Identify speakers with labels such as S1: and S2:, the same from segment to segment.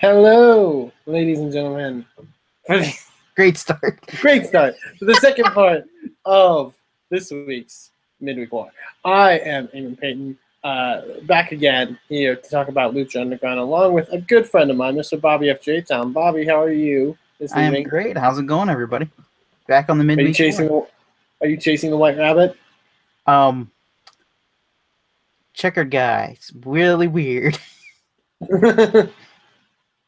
S1: Hello, ladies and gentlemen. For the-
S2: Great start.
S1: Great start to the second part of this week's Midweek War. I am Eamon Payton, uh, back again here to talk about Lucha Underground, along with a good friend of mine, Mr. Bobby F. J. Town. Bobby, how are you this
S2: I am
S1: evening?
S2: great. How's it going, everybody? Back on the
S1: Are you
S2: midweek.
S1: chasing?
S2: tour.
S1: The, are you chasing the white rabbit?
S2: Um, checker guy. It's really weird.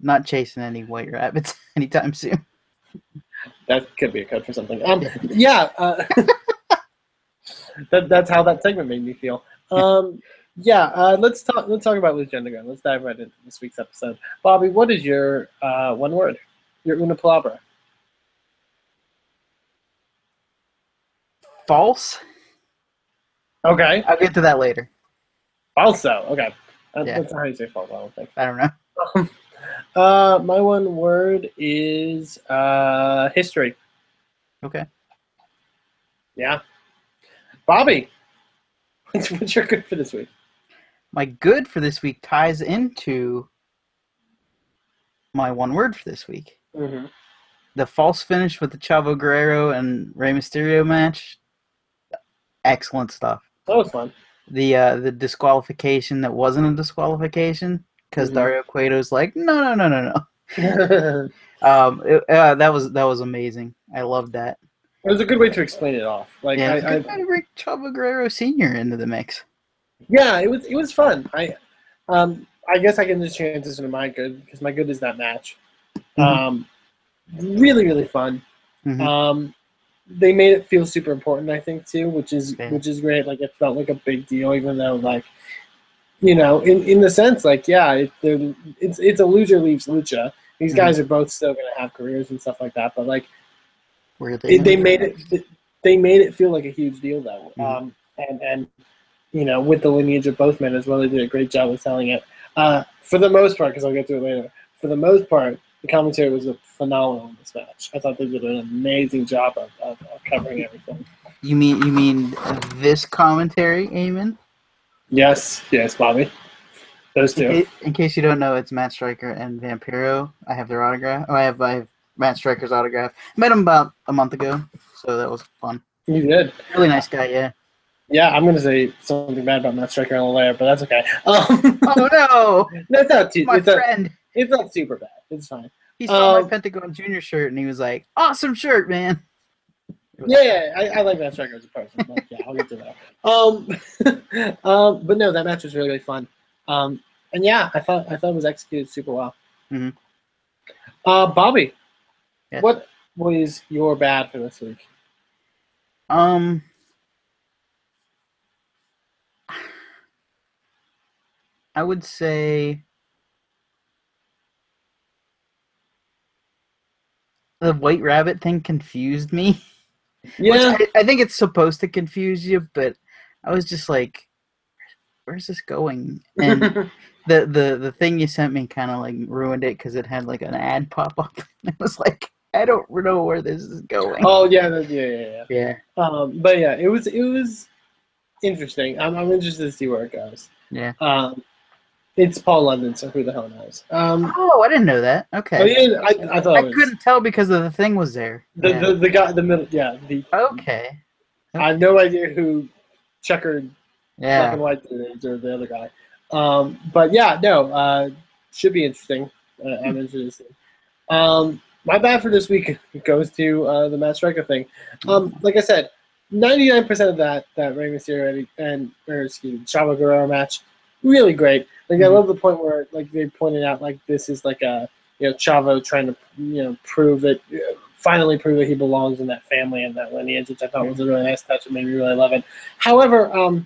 S2: Not chasing any white rabbits anytime soon.
S1: that could be a code for something. Um, yeah, uh, that, that's how that segment made me feel. Um, yeah, uh, let's talk. Let's talk about Lucha Underground. Let's dive right into this week's episode. Bobby, what is your uh, one word? Your una palabra.
S2: False.
S1: Okay.
S2: I'll get to that later.
S1: Also, okay. That-
S2: Yeah.
S1: That's not how you say false. I don't think.
S2: I don't know.
S1: Uh, my one word is uh, history.
S2: Okay.
S1: Yeah. Bobby, what's, what's your good for this week?
S2: My good for this week ties into my one word for this week.
S1: Mm-hmm.
S2: The false finish with the Chavo Guerrero and Rey Mysterio match. Excellent stuff.
S1: That was fun.
S2: the uh, the disqualification that wasn't a disqualification because
S1: Mhm.
S2: Dario Cueto's like no no no no no. Um, it, uh, that was that was amazing. I loved that.
S1: It was a good way to explain it off. Like
S2: yeah,
S1: I,
S2: it's
S1: I,
S2: good to bring Chavo Guerrero Senior into the mix.
S1: yeah, it was it was fun. I um I guess I can just transition to my good because my good is that match.
S2: Mhm.
S1: Um, really really fun.
S2: Mhm.
S1: Um, they made it feel super important. I think too, which is
S2: Yeah.
S1: which is great. Like it felt like a big deal, even though like you know in in the sense like yeah, it, they're- it's it's a loser leaves lucha. These
S2: Mhm.
S1: guys are both still gonna have careers and stuff like that, but like
S2: Where
S1: it, they made it they made it feel like a huge deal though um, and and you know with the lineage of both men as well they did a great job of selling it uh, for the most part because i'll get to it later for the most part the commentary was phenomenal in this match i thought they did an amazing job of, of, of covering everything
S2: You mean you mean this commentary, Eamon?
S1: yes yes bobby those two
S2: In, ca- in case you don't know, it's Matt Stryker and Vampiro. I have their autograph. Oh, I have I have Matt Stryker's autograph. Met him about a month ago, so that was fun.
S1: you did
S2: Really nice guy, yeah.
S1: yeah i'm gonna say something bad about matt striker on the layer but that's okay um,
S2: Oh no,
S1: that's not too
S2: my
S1: it's, not
S2: friend.
S1: it's not super bad it's fine
S2: He saw
S1: Um,
S2: my Pentagon Junior shirt and he was like, "Awesome shirt, man."
S1: Yeah, yeah, I, I like Matt Striker as a person. But yeah, I'll get to that. Um, um, but no, that match was really, really fun. Um, and yeah, I thought I thought it was executed super well.
S2: Mhm.
S1: Uh, Bobby,
S2: Yes.
S1: what was your bad for this week?
S2: Um, I would say the White Rabbit thing confused me. Which
S1: Yeah,
S2: I, I think it's supposed to confuse you, but I was just like, "Where's this going?" And the the the thing you sent me kind of like ruined it because it had like an ad pop up. I was like, I don't know where this is going.
S1: oh yeah, that- yeah, yeah,
S2: yeah,
S1: yeah. Um, but yeah, it was it was interesting. I'm I'm interested to see where it goes.
S2: yeah.
S1: Um, it's Paul London, so who the hell knows? Um,
S2: Oh, I didn't know that.
S1: oh,
S2: Okay,
S1: yeah, I, I thought
S2: I
S1: it was-
S2: couldn't tell because of the thing was there.
S1: The,
S2: Yeah.
S1: the, the guy, the middle, yeah. The,
S2: okay,
S1: I have no idea who checkered black
S2: yeah,
S1: and white dude is or the other guy. Um, but yeah, no, uh, should be interesting. Uh, I'm interested. to see. Um, my bad for this week goes to uh, the Matt Striker thing. Um, like I said, 99% of that that Rey Mysterio and, and or excuse me, Chavo Guerrero match, really great. Like I
S2: Mhm.
S1: love the point where like they pointed out like this is like a you know Chavo trying to you know prove that uh, finally prove that he belongs in that family and that lineage, which I thought was a really nice touch and made me really love it. However, um,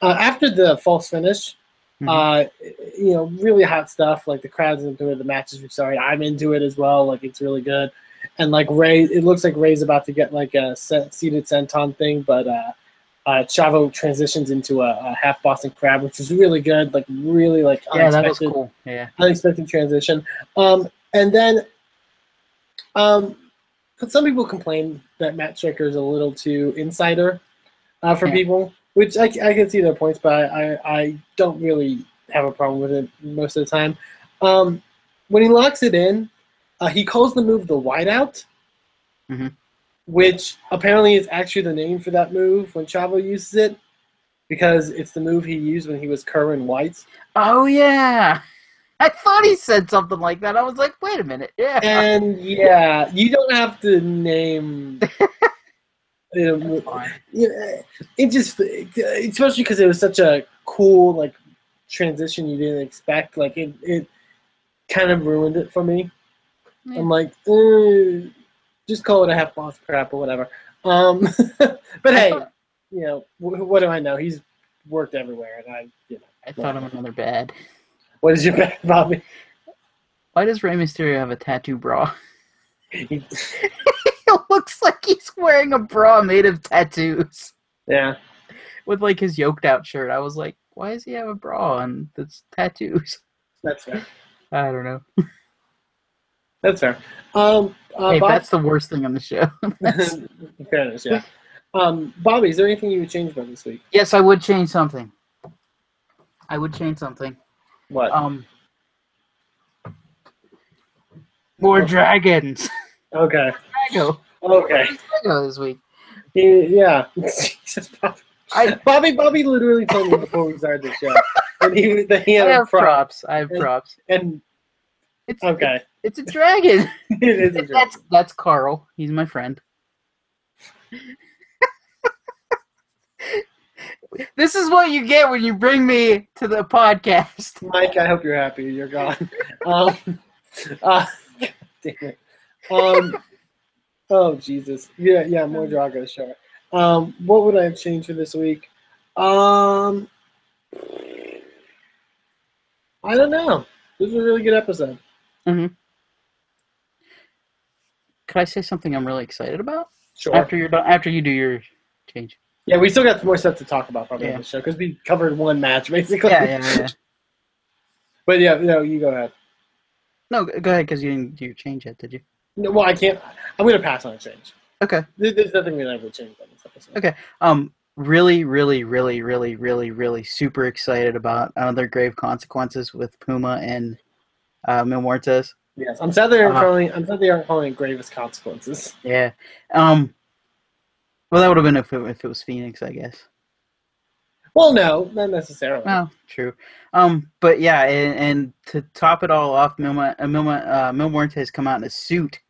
S1: uh, after the false finish,
S2: Mhm.
S1: uh, you know, really hot stuff. Like the crowd's into it, the matches. are Sorry, I'm into it as well. Like it's really good. And like Ray, it looks like Ray's about to get like a se- seated senton thing, but uh, uh, Chavo transitions into a, a half Boston crab, which is really good. Like really like
S2: yeah.
S1: unexpected
S2: That was cool. Yeah,
S1: unexpected transition. Um, and then, um, but some people complain that Matt Stricker is a little too insider uh, for
S2: Yeah.
S1: people, which I, I can see their points, but I, I, I don't really have a problem with it most of the time. Um, when he locks it in, uh, he calls the move the wideout,
S2: Mhm.
S1: which apparently is actually the name for that move when Chavo uses it, because it's the move he used when he was Kerwin White.
S2: Oh yeah. I thought he said something like that. I was like, wait a minute. Yeah.
S1: And yeah, you don't have to name. you know, mo-
S2: Fine.
S1: you know, it just especially because it was such a cool like transition you didn't expect like it, it kind of ruined it for me
S2: Yeah.
S1: i'm like "Eh, just call it a half boss crap or whatever um but hey you know wh- what do i know he's worked everywhere and i you know
S2: I thought him another bad.
S1: what is your bad bobby
S2: Why does Rey Mysterio have a tattoo bra?
S1: He-
S2: it looks like he's wearing a bra made of tattoos
S1: yeah
S2: with like his yoked out shirt. I was like, why does he have a bra on that's tattoos?
S1: that's fair
S2: I don't know.
S1: that's fair um uh,
S2: hey,
S1: Bob-
S2: that's the worst thing on the show. That's-
S1: in fairness yeah um bobby is there anything you would change about this week
S2: yes, I would change something. I would change something.
S1: what
S2: Um, more dragons.
S1: okay
S2: Drago.
S1: okay
S2: Drago this week.
S1: He, yeah. Jesus, Bobby.
S2: I-
S1: Bobby Bobby literally told me before we started the show that he that he
S2: I
S1: had a
S2: have
S1: prop,
S2: props. I have
S1: And-
S2: props.
S1: and
S2: It's
S1: okay,
S2: It's a dragon.
S1: it is a joke.
S2: that's that's Carl. He's my friend. this is what you get when you bring me to the podcast.
S1: Mike. I hope you're happy. You're gone. Um, uh, God damn it. Um, oh Jesus. Yeah, yeah. More Drago. Sure. Um, what would I have changed for this week? Um, I don't know. This is a really good episode.
S2: Could I say something I'm really excited about
S1: Sure.
S2: after you're done? After you do your change.
S1: Yeah, we still got some more stuff to talk about probably
S2: Yeah.
S1: on the show because we covered one match basically.
S2: Yeah, yeah, yeah.
S1: But yeah, no, you go ahead.
S2: No, go go ahead because you didn't do your change yet, did you?
S1: No, well, I can't. I'm gonna pass on a change.
S2: Okay.
S1: There- There's nothing we ever change on this episode.
S2: Okay. Um, really, really, really, really, really, really super excited about another grave consequences with Puma and uh, Mil Muertes.
S1: Yes, I'm sad they aren't
S2: Uh-huh.
S1: calling. I'm sad they aren't calling it gravest consequences.
S2: Yeah. Um. Well, that would have been if it, if it was Phoenix, I guess.
S1: Well, no, not necessarily.
S2: Well, true. Um. But yeah, and, and to top it all off, Milma, uh, Milma, uh, Mil Muertes has come out in a suit.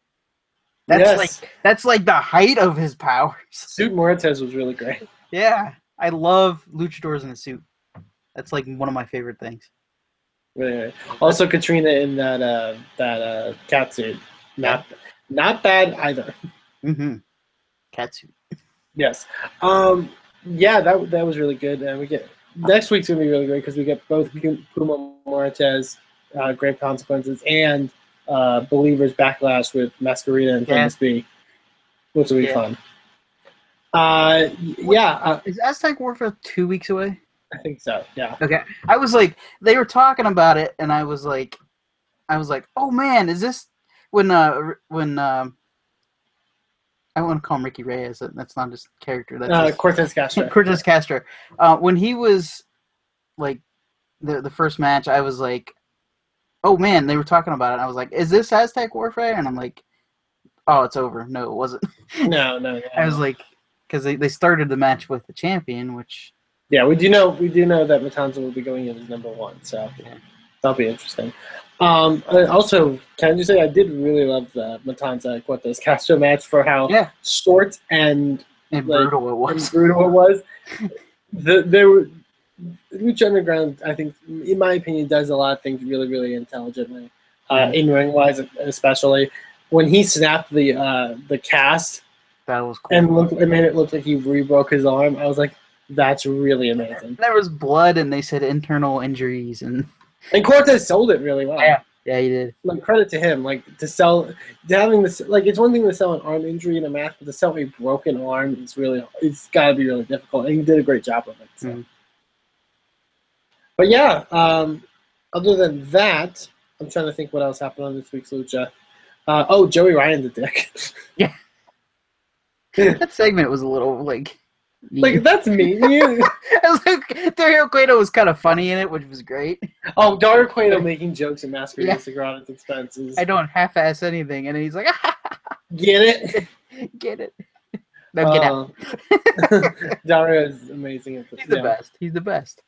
S2: That's
S1: yes,
S2: like that's like the height of his powers.
S1: Suit Moritz was really great.
S2: Yeah, I love luchadors in a suit. That's like one of my favorite things.
S1: Really, really. Also, Katrina in that uh, that uh, cat suit. Not not bad either.
S2: Mm-hmm. Catsuit.
S1: Yes. Um. Yeah, that that was really good, and we get next week's gonna be really great because we get both Pu- Puma Moritz, uh, Great Consequences, and uh, Believers Backlash with Masquerita and
S2: Yeah.
S1: Famous B, which will be
S2: Yeah.
S1: fun. Uh, y- yeah, uh,
S2: Is Aztec Warfare two weeks away?
S1: I think so. Yeah,
S2: Okay. I was like, they were talking about it, and I was like, I was like, oh man, is this when uh r- when um I want to call him Ricky Reyes. that- That's not his character. That's
S1: uh,
S2: his-
S1: Cortez Castro.
S2: Cortez Castro. Uh, when he was like the the first match, I was like, oh man, they were talking about it. and I was like, is this Aztec Warfare? And I'm like, oh, it's over. No, it wasn't.
S1: No, no, no.
S2: I was like, because they, they started the match with the champion, which
S1: yeah, we do know we do know that Matanza will be going in as number one, so
S2: Yeah.
S1: that'll be interesting. Um, and also, can I just say I did really love the Matanza Cortez Castro match for how
S2: yeah,
S1: short and,
S2: and
S1: Like,
S2: brutal it
S1: and
S2: was.
S1: brutal it was. The, there were Lucha Underground, I think, in my opinion, does a lot of things really, really intelligently,
S2: Mm-hmm.
S1: uh, in ring wise, especially. When he snapped the uh, the cast
S2: That was cool.
S1: and looked, it made it look like he re-broke his arm, I was like, "That's really amazing."
S2: There was blood, and they said internal injuries, and
S1: And Cortez sold it really well.
S2: Yeah. yeah, he did.
S1: Like credit to him, like to sell, to having this, like it's one thing to sell an arm injury in a match, but to sell a broken arm is really, it's got to be really difficult. And he did a great job of it. So.
S2: Mhm.
S1: But yeah, um, other than that, I'm trying to think what else happened on this week's Lucha. Uh, oh, Joey Ryan's a dick.
S2: That segment was a little like
S1: Like that's me. You.
S2: I was like, Dario Cueto was kind of funny in it, which was great.
S1: Oh, Dario Cueto making jokes and masquerading as Sagrada's expenses.
S2: I don't half-ass anything, and then he's like,
S1: Get it?
S2: get it. No, get
S1: Um,
S2: out.
S1: Uh, Dario is amazing at this.
S2: He's the
S1: yeah.
S2: best. He's the best.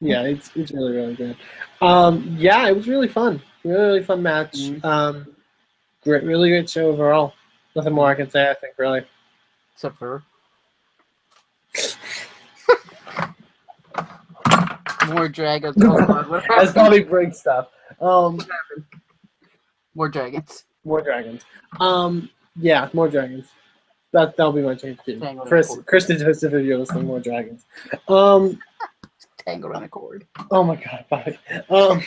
S1: yeah, it's it's really really good. Um, yeah, it was really fun. Really really fun match.
S2: Mhm.
S1: Um, great, really great show overall. Nothing more I can say. I think really.
S2: Except for more dragons. Oh, God, what
S1: That's
S2: happened?
S1: probably break stuff. Um,
S2: More dragons.
S1: more dragons. Um, yeah, more dragons. That that'll be my change too.
S2: Tangled in
S1: Chris,
S2: cord.
S1: Kristen Joseph, if you're listening, more dragons. Um,
S2: Tangled on a cord.
S1: Oh my god, Bobby. Um,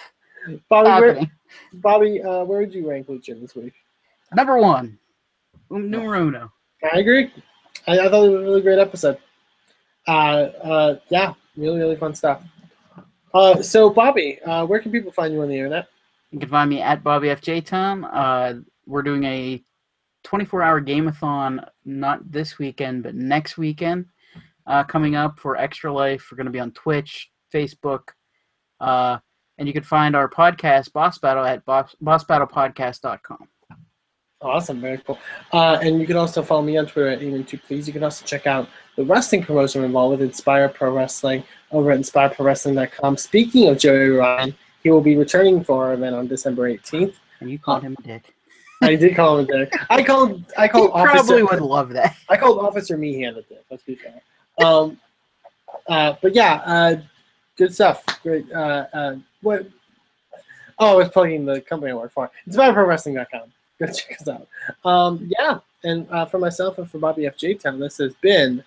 S1: Bobby, where,
S2: Happening.
S1: Bobby, uh, where would you rank Lucha this week?
S2: Number one. Um, Numero uno.
S1: I agree. I, I thought it was a really great episode. Uh, uh, yeah, really, really fun stuff. Uh, so, Bobby, uh, where can people find you on the internet?
S2: You can find me at Bobby FJ Tom. Uh, we're doing a 24 hour gameathon, not this weekend, but next weekend. Uh, coming up for Extra Life. We're going to be on Twitch, Facebook. Uh, and you can find our podcast, Boss Battle, at boss, bossbattlepodcast.com.
S1: Awesome, very cool. Uh, and you can also follow me on Twitter at Eamon2Please. You can also check out the wrestling promotion we're involved with Inspire Pro Wrestling over at inspirepro-wrestling.com. Speaking of Joey Ryan, he will be returning for our event on December 18th.
S2: And you called him a dick.
S1: I did call him a dick. I called. I
S2: He
S1: called.
S2: probably
S1: Officer,
S2: would love that.
S1: I called Officer Meehan a dick. Let's be fair. Um, uh, but yeah, uh, good stuff. Great. Uh, uh, what? Oh, I was plugging the company I work for. It's ViperWrestling.com. Go check us out. Um, yeah, and uh, for myself and for Bobby FJ Town, this has been